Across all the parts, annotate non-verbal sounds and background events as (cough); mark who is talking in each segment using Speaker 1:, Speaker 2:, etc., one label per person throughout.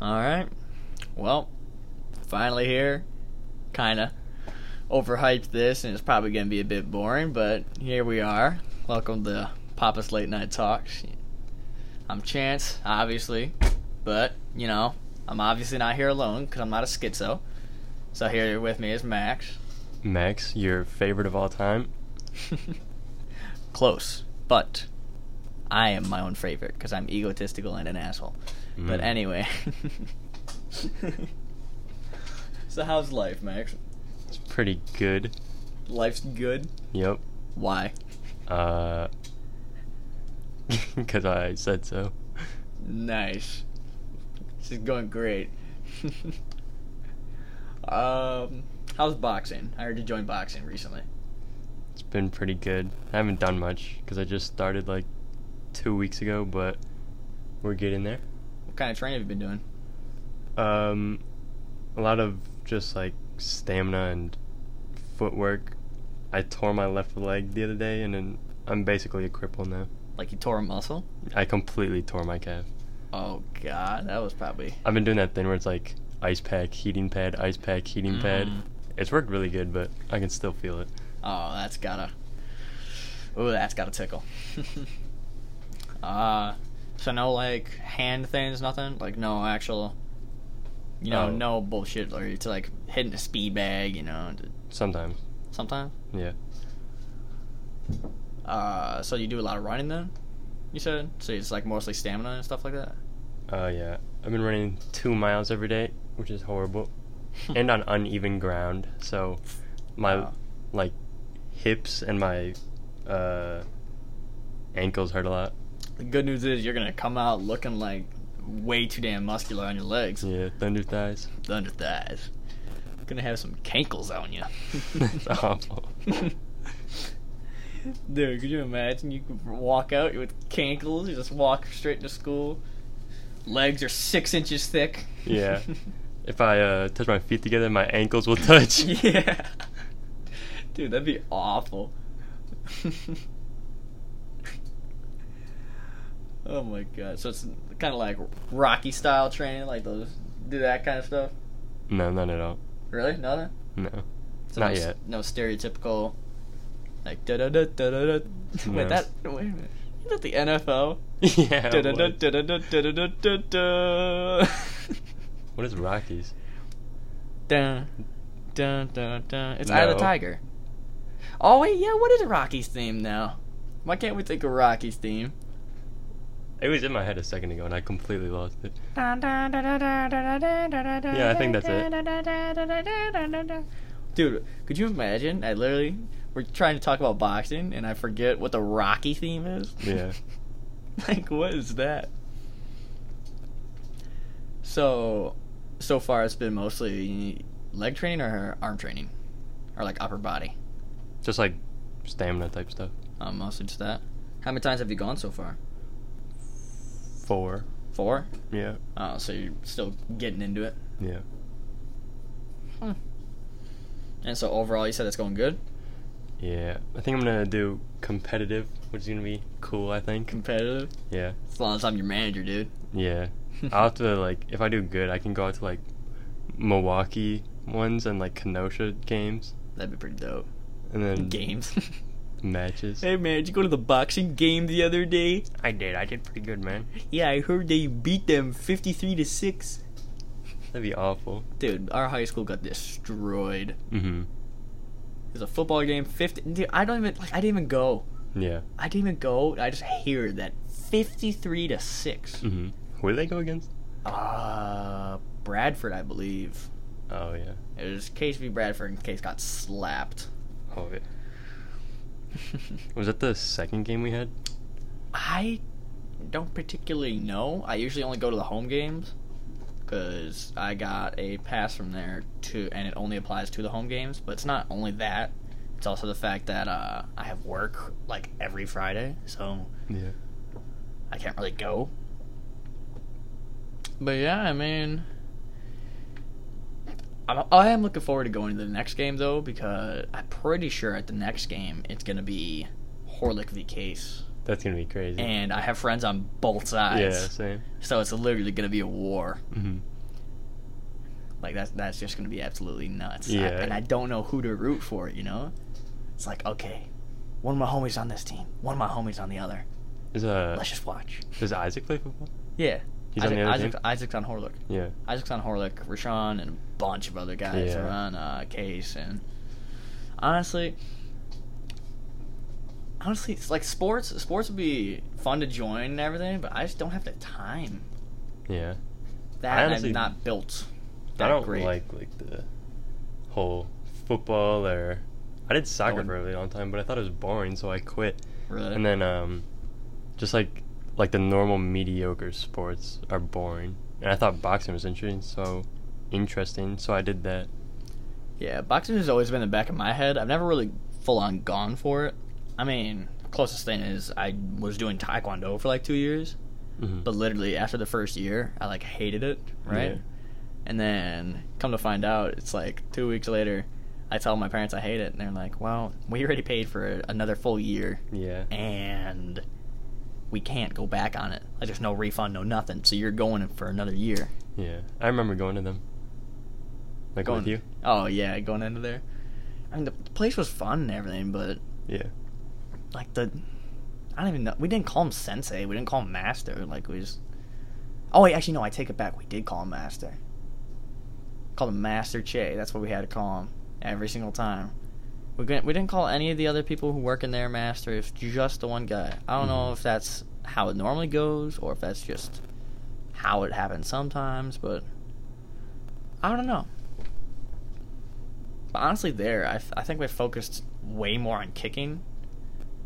Speaker 1: All right. Well, finally here. Kinda overhyped this, and it's probably gonna be a bit boring, but here we are. Welcome to Papa's Late Night Talks. I'm Chance, obviously, but you know, I'm obviously not here alone because I'm not a schizo. So here with me is Max. (laughs)
Speaker 2: Max, your favorite of all time.
Speaker 1: Close, but I am my own favorite because I'm egotistical and an asshole. But
Speaker 2: Mm.
Speaker 1: anyway. so how's life, Max?
Speaker 2: It's pretty good.
Speaker 1: Life's good.
Speaker 2: Yep.
Speaker 1: Why?
Speaker 2: Uh, (laughs) because I said so.
Speaker 1: Nice. This is going great. (laughs) um, how's boxing? I heard you joined boxing recently.
Speaker 2: It's been pretty good. I haven't done much because I just started like two weeks ago, but we're getting there.
Speaker 1: What kind of training have you been doing?
Speaker 2: Um, a lot of just like stamina and footwork. I tore my left leg the other day, and then I'm basically a cripple now.
Speaker 1: Like you tore a muscle?
Speaker 2: I completely tore my calf.
Speaker 1: Oh god, that was probably.
Speaker 2: I've been doing that thing where it's like ice pack, heating pad, ice pack, heating pad.
Speaker 1: Mm.
Speaker 2: It's worked really good, but I can still feel it.
Speaker 1: Oh, that's gotta. Ooh, that's gotta tickle. (laughs) uh, so no like hand things, nothing. Like no actual. You know,
Speaker 2: Oh.
Speaker 1: no bullshit or to like hitting a speed bag. You know, to-
Speaker 2: Sometimes,
Speaker 1: sometimes.
Speaker 2: yeah.
Speaker 1: Uh, so you do a lot of running then? You said so it's like mostly stamina and stuff like that. (laughs)
Speaker 2: Oh yeah. I've been running two miles every day, which is horrible, and on uneven ground. So my
Speaker 1: Hmm. Wow.
Speaker 2: like hips and my uh, ankles hurt a lot.
Speaker 1: the good news is you're gonna come out looking like way too damn muscular on your legs,
Speaker 2: Yeah, thunder thighs. (laughs)
Speaker 1: thunder thighs. Gonna have some cankles on
Speaker 2: (laughs)
Speaker 1: you.
Speaker 2: That's awful.
Speaker 1: (laughs) Dude, could you imagine? You could walk out with cankles. You just walk straight to school. Legs are six inches thick.
Speaker 2: Yeah. If I uh, touch my feet together, my ankles will (laughs)
Speaker 1: (laughs) (laughs)
Speaker 2: touch.
Speaker 1: yeah. Dude, that'd be awful. (laughs) oh my god. So it's kind of like Rocky style training, like those do that kind of stuff.
Speaker 2: No, not at all.
Speaker 1: Really? Nothing.
Speaker 2: No. (laughs)
Speaker 1: So
Speaker 2: Not
Speaker 1: no, s-
Speaker 2: yet.
Speaker 1: No stereotypical, like da da da da da da.
Speaker 2: No.
Speaker 1: (laughs)
Speaker 2: Oh,
Speaker 1: Wait, that wait a minute. Isn't that the NFL?
Speaker 2: yeah.
Speaker 1: Da da da
Speaker 2: what?
Speaker 1: da da da da da da da.
Speaker 2: What is Rockies?
Speaker 1: Dun dun dun dun. It's Eye of the
Speaker 2: No.
Speaker 1: Tiger. Oh wait, yeah. What is Rocky's theme now? Why can't we think of Rocky's theme?
Speaker 2: It was in my head a second ago, and I completely lost it.
Speaker 1: Yeah,
Speaker 2: I think that's
Speaker 1: it. Dude, could you imagine? I literally we're trying to talk about boxing and I forget what the Rocky theme is.
Speaker 2: Yeah.
Speaker 1: (laughs) like what is that? So so far it's been mostly leg training or arm training or like upper body.
Speaker 2: (laughs) Just like stamina type stuff.
Speaker 1: Um, mostly just that. How many times have you gone so far?
Speaker 2: Four.
Speaker 1: Four?
Speaker 2: Yeah.
Speaker 1: Oh, so you're still getting into it.
Speaker 2: Yeah.
Speaker 1: And so overall you said it's going good?
Speaker 2: Yeah. I think I'm gonna do competitive, which is gonna be cool. I think.
Speaker 1: Competitive?
Speaker 2: Yeah.
Speaker 1: As long as I'm your manager, dude. (laughs)
Speaker 2: (laughs) Yeah. I'll have to like if I do good, I can go out to like Milwaukee ones and like Kenosha games
Speaker 1: That'd be pretty dope.
Speaker 2: and then
Speaker 1: Games. (laughs)
Speaker 2: matches.
Speaker 1: hey man, did you go to the boxing game the other day?
Speaker 2: I did. I did pretty good, man.
Speaker 1: Yeah, I heard they beat them fifty-three to six.
Speaker 2: That'd be awful.
Speaker 1: Dude, our high school got destroyed.
Speaker 2: Mhm.
Speaker 1: It was a football game. Fifty. Dude, I don't even like. I didn't even go.
Speaker 2: Yeah.
Speaker 1: I didn't even go. I just hear that fifty-three to six.
Speaker 2: Mhm. Who do they go against?
Speaker 1: Uh, Bradford, I believe.
Speaker 2: Oh yeah.
Speaker 1: It was Case v. Bradford, and Case got slapped.
Speaker 2: Oh yeah. Was that the second game we had?
Speaker 1: I don't particularly know. I usually only go to the home games because I got a pass from there to, and it only applies to the home games. But it's not only that; it's also the fact that uh, I have work like every Friday, so
Speaker 2: Yeah.
Speaker 1: I can't really go. But yeah, I mean, I'm, I am looking forward to going to the next game though because I'm pretty sure at the next game it's gonna be Horlick v Case.
Speaker 2: That's gonna be crazy.
Speaker 1: and I have friends on both
Speaker 2: yeah,
Speaker 1: sides.
Speaker 2: same.
Speaker 1: So it's literally going to be a war.
Speaker 2: Mm-hmm.
Speaker 1: Like that's that's just going to be absolutely nuts. I-
Speaker 2: Yeah.
Speaker 1: and I don't know who to root for. You know, it's like okay, one of my homies on this team, one of my homies on the other.
Speaker 2: Is uh,
Speaker 1: Let's just watch.
Speaker 2: does Isaac play football?
Speaker 1: Yeah.
Speaker 2: He's
Speaker 1: Isaac,
Speaker 2: on the other
Speaker 1: Isaac's,
Speaker 2: team.
Speaker 1: Isaac's on Horlick.
Speaker 2: Yeah.
Speaker 1: Isaac's on Horlick, Rashawn, and a bunch of other guys
Speaker 2: Yeah.
Speaker 1: are on uh, Case. And honestly, honestly, it's like sports. Sports would be fun to join and everything, but I just don't have the time.
Speaker 2: Yeah. I
Speaker 1: That and
Speaker 2: honestly-
Speaker 1: I'm not built.
Speaker 2: I
Speaker 1: that
Speaker 2: don't
Speaker 1: great.
Speaker 2: like like the whole football or I did soccer
Speaker 1: Going-
Speaker 2: for a really long time, but I thought it was boring, so I quit.
Speaker 1: Really.
Speaker 2: And then um, just like like the normal mediocre sports are boring, and I thought boxing was interesting, so interesting, so I did that.
Speaker 1: yeah, boxing has always been in the back of my head. I've never really full on gone for it. I mean, closest thing is I was doing taekwondo for like two years.
Speaker 2: Mm-hmm.
Speaker 1: but literally after the first year i like hated it right
Speaker 2: Yeah.
Speaker 1: and then come to find out it's like two weeks later i tell my parents i hate it and they're like well we already paid for another full year
Speaker 2: yeah,
Speaker 1: and we can't go back on it like there's no refund no nothing so you're going for another year
Speaker 2: yeah. I remember going to them. Like
Speaker 1: going
Speaker 2: with you.
Speaker 1: oh yeah going into there i mean the place was fun and everything but
Speaker 2: Yeah.
Speaker 1: like the I don't even know. We didn't call him sensei. We didn't call him master. Like we just. Oh wait, actually no. I take it back. We did call him master. Called him Master Che. That's what we had to call him every single time. We didn't, we didn't call any of the other people who work in there master. It's just the one guy. I don't know
Speaker 2: Mhm.
Speaker 1: if that's how it normally goes or if that's just how it happens sometimes, but I don't know. But honestly, there I, I think we focused way more on kicking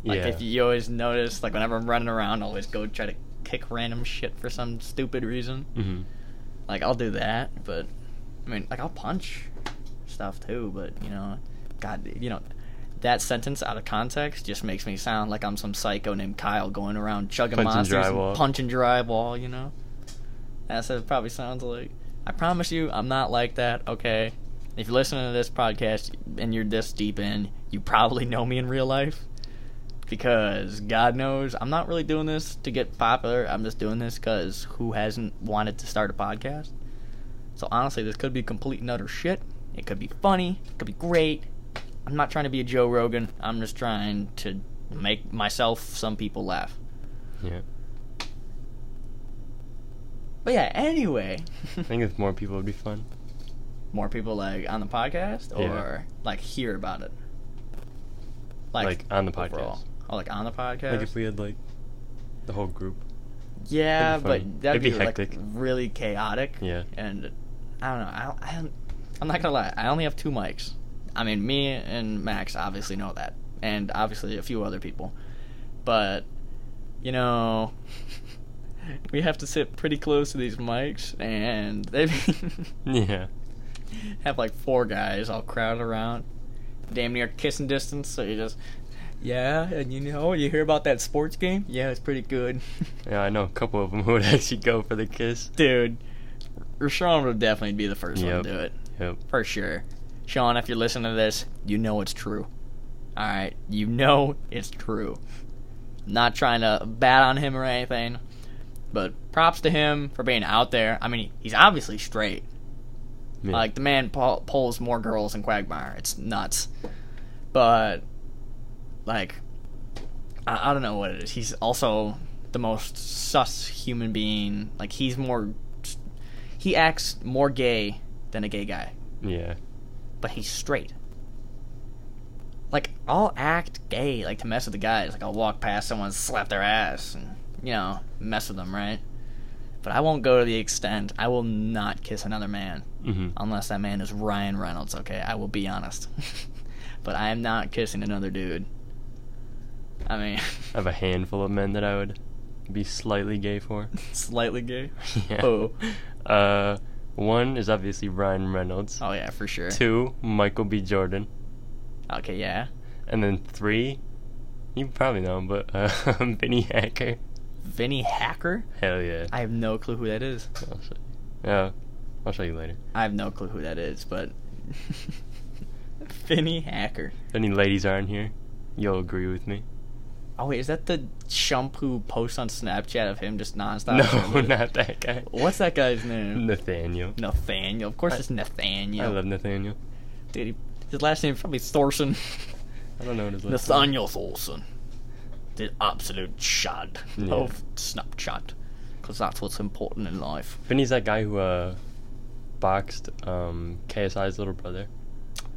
Speaker 1: like
Speaker 2: yeah.
Speaker 1: if you always notice, like whenever I'm running around, I always go try to kick random shit for some stupid reason.
Speaker 2: hmm
Speaker 1: Like I'll do that, but I mean, like I'll punch stuff too. But you know, God, you know, that sentence out of context just makes me sound like I'm some psycho named Kyle going around chugging
Speaker 2: Punching
Speaker 1: monsters
Speaker 2: drywall.
Speaker 1: and punching drywall. You know, that's what it probably sounds like. I promise you, I'm not like that. Okay. If you're listening to this podcast and you're this deep in, you probably know me in real life because God knows I'm not really doing this to get popular. I'm just doing this because who hasn't wanted to start a podcast? So honestly, this could be complete and utter shit. It could be funny. It could be great. I'm not trying to be a Joe Rogan. I'm just trying to make myself, some people laugh.
Speaker 2: Yeah.
Speaker 1: But yeah,
Speaker 2: (laughs)
Speaker 1: anyway, (laughs)
Speaker 2: I think if more people would be fun.
Speaker 1: more people like on the podcast
Speaker 2: Yeah.
Speaker 1: or like hear about it.
Speaker 2: Like, on the podcast.
Speaker 1: overall. Oh, like on the podcast.
Speaker 2: Like if we had like the
Speaker 1: (laughs)
Speaker 2: whole group.
Speaker 1: Yeah,
Speaker 2: It'd be funny.
Speaker 1: but that'd
Speaker 2: It'd be
Speaker 1: be, like
Speaker 2: hectic.
Speaker 1: really chaotic.
Speaker 2: Yeah.
Speaker 1: And I don't know. I don't, I don't, I'm not gonna lie. I only have two mics. I mean, me and Max obviously know that, and obviously a few other people. But you know, (laughs) we have to sit pretty close to these mics, and they (laughs)
Speaker 2: Yeah.
Speaker 1: have like four guys all crowded around, damn near kissing distance. So you just. Yeah, and you know, you hear about that sports game? Yeah, it's pretty good. (laughs)
Speaker 2: Yeah, I know a couple of them who (laughs) would actually go for the kiss.
Speaker 1: dude. Rashawn would definitely be the first
Speaker 2: Yep.
Speaker 1: one to do it
Speaker 2: Yep.
Speaker 1: for sure. Sean, if you're listening to this, you know it's true. All right, you know it's true. Not trying to bat on him or anything, but props to him for being out there. I mean, he's obviously straight.
Speaker 2: Yeah.
Speaker 1: Like the man po- pulls more girls than Quagmire. It's nuts. But like, I, I don't know what it is. He's also the most sus human being. Like he's more, he acts more gay than a gay guy,
Speaker 2: Yeah.
Speaker 1: but he's straight. Like I'll act gay, like to mess with the guys. Like I'll walk past someone, slap their ass, and you know mess with them, right? But I won't go to the extent. I will not kiss another man
Speaker 2: Mm-hmm.
Speaker 1: unless that man is Ryan Reynolds, okay? I will be honest. (laughs) but I am not kissing another dude. I mean, (laughs)
Speaker 2: I have a handful of men that I would be slightly gay for.
Speaker 1: slightly gay.
Speaker 2: (laughs) yeah.
Speaker 1: Oh.
Speaker 2: Uh, one is obviously Ryan Reynolds.
Speaker 1: Oh, yeah, for sure.
Speaker 2: Two, Michael B. Jordan.
Speaker 1: Okay, yeah.
Speaker 2: And then three, you probably know him, but (laughs) uh, Vinny Hacker.
Speaker 1: Vinny Hacker?
Speaker 2: Hell yeah.
Speaker 1: I have no clue who that is.
Speaker 2: I'll show you. Yeah, I'll show you later.
Speaker 1: I have no clue who that is, but. (laughs) Vinny Hacker.
Speaker 2: If any ladies aren't here, you'll agree with me.
Speaker 1: Oh wait, is that the shampoo post on Snapchat of him just nonstop?
Speaker 2: (laughs) No, not that guy.
Speaker 1: (laughs) What's that guy's name?
Speaker 2: Nathaniel.
Speaker 1: Nathaniel. Of course,
Speaker 2: I-
Speaker 1: it's Nathaniel.
Speaker 2: I love Nathaniel.
Speaker 1: Dude, he, his last name is probably Thorson. (laughs)
Speaker 2: I don't know what his last name.
Speaker 1: Nathaniel Thorson. The absolute shad
Speaker 2: Yeah.
Speaker 1: of Snapchat. Because that's what's important in life.
Speaker 2: Vinny's that guy who uh, boxed um, KSI's little brother,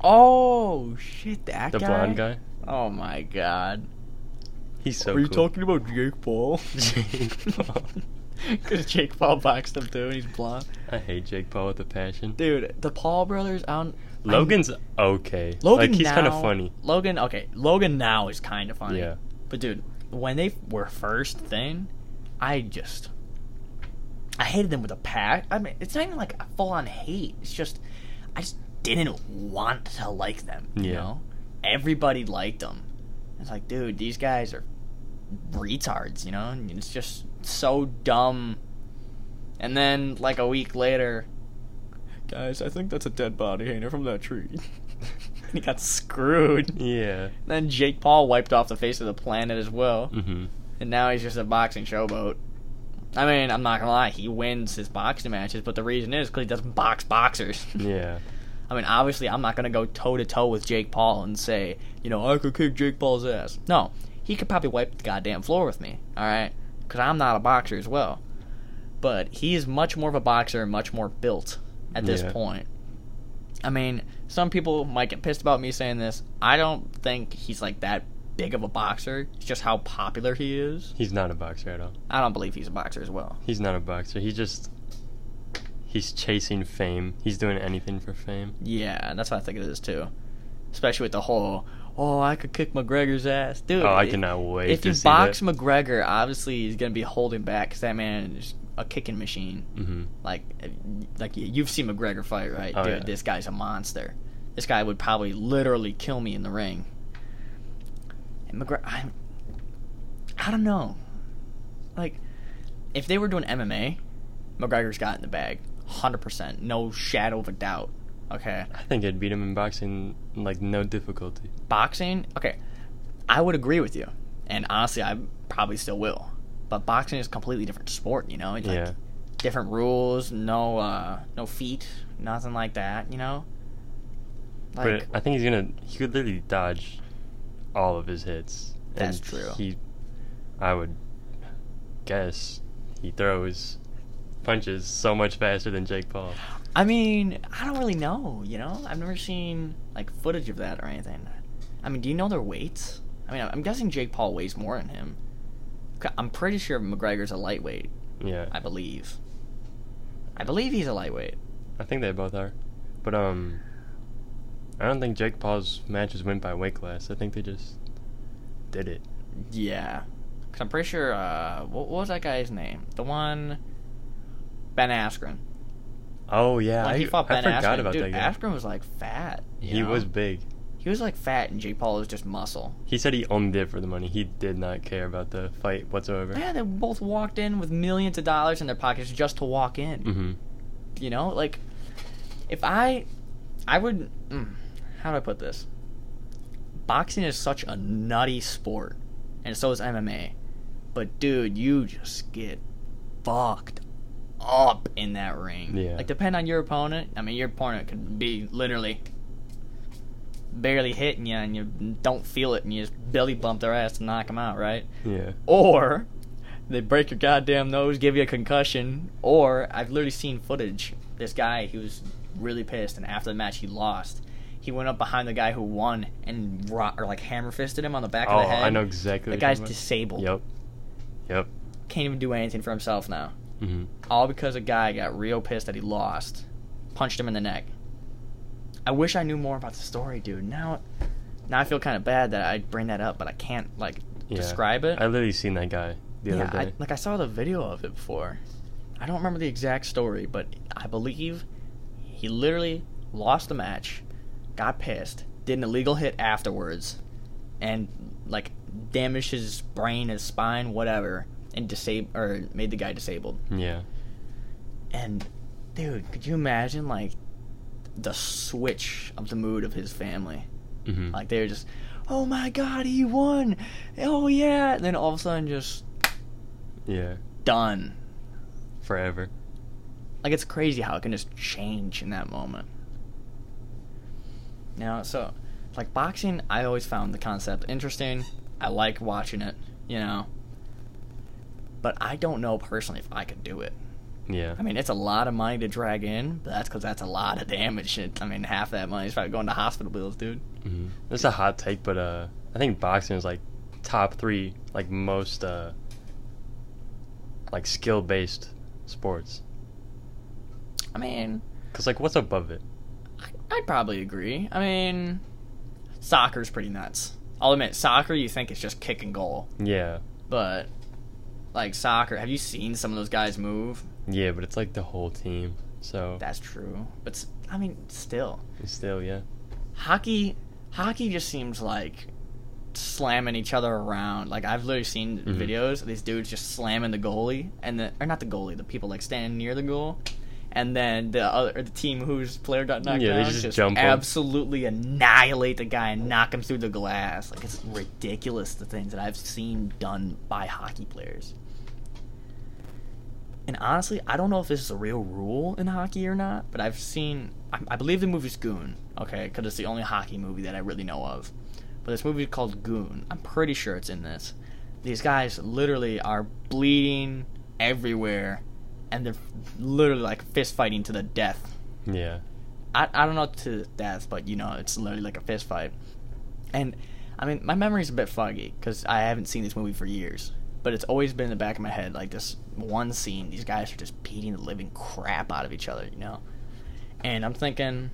Speaker 1: Oh, shit, that
Speaker 2: the blonde guy.
Speaker 1: Oh my god.
Speaker 2: He's so.
Speaker 1: Are you
Speaker 2: cool.
Speaker 1: talking about Jake Paul?
Speaker 2: (laughs) Jake Paul.
Speaker 1: Because Jake Paul boxed him too and he's blonde.
Speaker 2: (laughs) I hate Jake Paul with a passion.
Speaker 1: Dude, the Paul brothers out.
Speaker 2: Logan's okay.
Speaker 1: Logan
Speaker 2: like he's kind
Speaker 1: now-
Speaker 2: of funny.
Speaker 1: Logan, okay, Logan now is kind of funny.
Speaker 2: Yeah.
Speaker 1: But dude, when they were first thing, I just I hated them with a pack. I mean, it's not even like a full on hate. It's just I just didn't want to like them. You
Speaker 2: Yeah.
Speaker 1: know, everybody liked them. It's like, dude, these guys are retards. You know, and it's just so dumb. And then like a week later, guys, I think that's a dead body hanging from that tree. (laughs) and he got screwed.
Speaker 2: Yeah.
Speaker 1: Then Jake Paul wiped off the face of the planet as well,
Speaker 2: Mm-hmm.
Speaker 1: and now he's just a boxing showboat. I mean, I'm not gonna lie, he wins his boxing matches, but the reason is because he doesn't box boxers.
Speaker 2: Yeah.
Speaker 1: I mean, obviously, I'm not gonna go toe to toe with Jake Paul and say, you know, I could kick Jake Paul's ass. No, he could probably wipe the goddamn floor with me, all right? Because I'm not a boxer as well. But he is much more of a boxer and much more built at this
Speaker 2: Yeah.
Speaker 1: point. I mean, some people might get pissed about me saying this. I don't think he's like that big of a boxer. It's just how popular he is.
Speaker 2: He's not a boxer at all.
Speaker 1: I don't believe he's a boxer as well.
Speaker 2: He's not a boxer. He just he's chasing fame. He's doing anything for fame.
Speaker 1: Yeah, that's what I think it is too. Especially with the whole, oh, I could kick McGregor's ass, dude.
Speaker 2: Oh, I
Speaker 1: it-
Speaker 2: cannot wait
Speaker 1: If
Speaker 2: to
Speaker 1: you
Speaker 2: see
Speaker 1: box
Speaker 2: that.
Speaker 1: McGregor, obviously he's gonna be holding back because that man is a kicking machine.
Speaker 2: Mm-hmm.
Speaker 1: Like, eh, like y- you've seen McGregor fight, right?
Speaker 2: Oh,
Speaker 1: dude,
Speaker 2: yeah.
Speaker 1: this guy's a monster. This guy would probably literally kill me in the ring. And McGregor, I, I don't know. Like, if they were doing MMA, McGregor's got it in the bag, hundred percent, no shadow of a doubt. Okay.
Speaker 2: I think I'd beat him in boxing like no difficulty.
Speaker 1: boxing, okay, I would agree with you, and honestly, I probably still will. But boxing is a completely different sport, you know. It's
Speaker 2: Yeah.
Speaker 1: like different rules, no, uh, no feet, nothing like that, you know. Like,
Speaker 2: but I think he's gonna he could literally dodge all of his hits.
Speaker 1: That's
Speaker 2: And
Speaker 1: true.
Speaker 2: He I would guess he throws punches so much faster than Jake Paul.
Speaker 1: I mean, I don't really know, you know. I've never seen like footage of that or anything. I mean, do you know their weights? I mean, I'm guessing Jake Paul weighs more than him. I'm pretty sure McGregor's a lightweight,
Speaker 2: Yeah.
Speaker 1: I believe. I believe he's a lightweight.
Speaker 2: I think they both are. But um I don't think Jake Paul's matches went by weight class. I think they just did it.
Speaker 1: Yeah, because I'm pretty sure. Uh, what, what was that guy's name? The one, Ben Askren.
Speaker 2: Oh yeah,
Speaker 1: When
Speaker 2: I,
Speaker 1: he fought
Speaker 2: I
Speaker 1: Ben
Speaker 2: forgot
Speaker 1: Askren,
Speaker 2: about
Speaker 1: dude,
Speaker 2: that guy.
Speaker 1: Askren was like fat. you
Speaker 2: he
Speaker 1: know?
Speaker 2: was big.
Speaker 1: He was like fat, and Jake Paul was just muscle.
Speaker 2: He said he owned it for the money. He did not care about the fight whatsoever.
Speaker 1: Yeah, they both walked in with millions of dollars in their pockets just to walk in.
Speaker 2: Mm-hmm.
Speaker 1: You know, like if I, I would. Mm, how do I put this? Boxing is such a nutty sport, and so is MMA. But dude, you just get fucked up in that ring.
Speaker 2: Yeah.
Speaker 1: Like depend on your opponent. I mean, your opponent could be literally barely hitting you, and you don't feel it, and you just belly bump their ass to knock them out, right?
Speaker 2: Yeah.
Speaker 1: or they break your goddamn nose, give you a concussion, or I've literally seen footage. This guy, he was really pissed, and after the match, he lost. He went up behind the guy who won and ro- or like hammer fisted him on the back
Speaker 2: Oh,
Speaker 1: of the head.
Speaker 2: I know exactly.
Speaker 1: The
Speaker 2: what you're
Speaker 1: guy's
Speaker 2: talking about.
Speaker 1: disabled.
Speaker 2: Yep. Yep.
Speaker 1: Can't even do anything for himself now.
Speaker 2: Mm-hmm.
Speaker 1: All because a guy got real pissed that he lost, punched him in the neck. I wish I knew more about the story, dude. Now, now I feel kind of bad that I bring that up, but I can't like
Speaker 2: Yeah.
Speaker 1: describe it.
Speaker 2: I literally seen that guy the
Speaker 1: yeah,
Speaker 2: other
Speaker 1: I,
Speaker 2: day.
Speaker 1: like I saw the video of it before. I don't remember the exact story, but I believe he literally lost the match, got pissed, did an illegal hit afterwards, and like damaged his brain, his spine, whatever, and disab or made the guy disabled.
Speaker 2: yeah.
Speaker 1: And dude, could you imagine like the switch of the mood of his family?
Speaker 2: Mm-hmm.
Speaker 1: Like they were just, oh my god, he won. Oh yeah. And then all of a sudden, just
Speaker 2: Yeah.
Speaker 1: done.
Speaker 2: Forever.
Speaker 1: Like it's crazy how it can just change in that moment. Now, so like boxing, I always found the concept interesting. I like watching it, you know. But I don't know personally if I could do it.
Speaker 2: Yeah.
Speaker 1: I mean, it's a lot of money to drag in, but that's because that's a lot of damage. Shit. I mean, half that money is probably going to hospital bills, dude.
Speaker 2: Mhm. This is a hot take, but uh, I think boxing is like top three, like most uh, like skill based sports.
Speaker 1: I mean,
Speaker 2: Cause like, what's above it?
Speaker 1: I- I'd probably agree. I mean, soccer's pretty nuts. I'll admit, soccer, you think it's just kick and goal.
Speaker 2: Yeah,
Speaker 1: But, like, soccer, have you seen some of those guys move?
Speaker 2: yeah, but it's like the whole team. So
Speaker 1: That's true. But, s- I mean, still.
Speaker 2: it's still, yeah,
Speaker 1: Hockey, hockey just seems like slamming each other around. Like, I've literally seen
Speaker 2: Mhm.
Speaker 1: videos of these dudes just slamming the goalie, and the, or not the goalie, the people, like, standing near the goal. And then the other the team whose player got knocked
Speaker 2: Yeah, they
Speaker 1: down
Speaker 2: just jump 'em.
Speaker 1: absolutely annihilate the guy and knock him through the glass. Like it's ridiculous the things that I've seen done by hockey players. And honestly, I don't know if this is a real rule in hockey or not, but I've seen I, I believe the movie's Goon. Okay, because it's the only hockey movie that I really know of. But this movie called Goon. I'm pretty sure it's in this. These guys literally are bleeding everywhere, and they're literally like fist fighting to the death.
Speaker 2: yeah,
Speaker 1: I, I don't know to death, but you know, it's literally like a fist fight. And I mean, my memory's a bit foggy because I haven't seen this movie for years, but it's always been in the back of my head like this one scene, these guys are just beating the living crap out of each other, you know? And I'm thinking,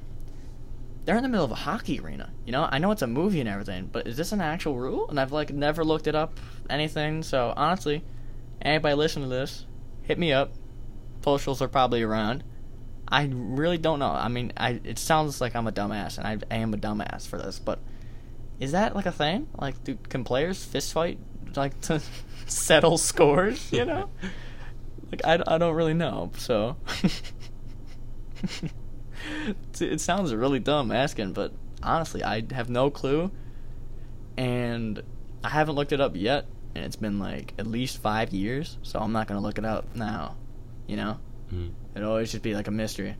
Speaker 1: they're in the middle of a hockey arena, you know? I know it's a movie and everything, but is this an actual rule? And I've like never looked it up, anything, so honestly, anybody listening to this, hit me up. Socials are probably around. I really don't know. I mean, I it sounds like I'm a dumbass, and I, I am a dumbass for this, but is that like a thing? Like, do, can players fist fight like to (laughs) settle scores? You know, like I, I don't really know. So (laughs) It's- it sounds really dumb asking, but honestly, I have no clue, and I haven't looked it up yet, and it's been like at least five years, so I'm not gonna look it up now. You know.
Speaker 2: mm.
Speaker 1: It'd always just be like a mystery.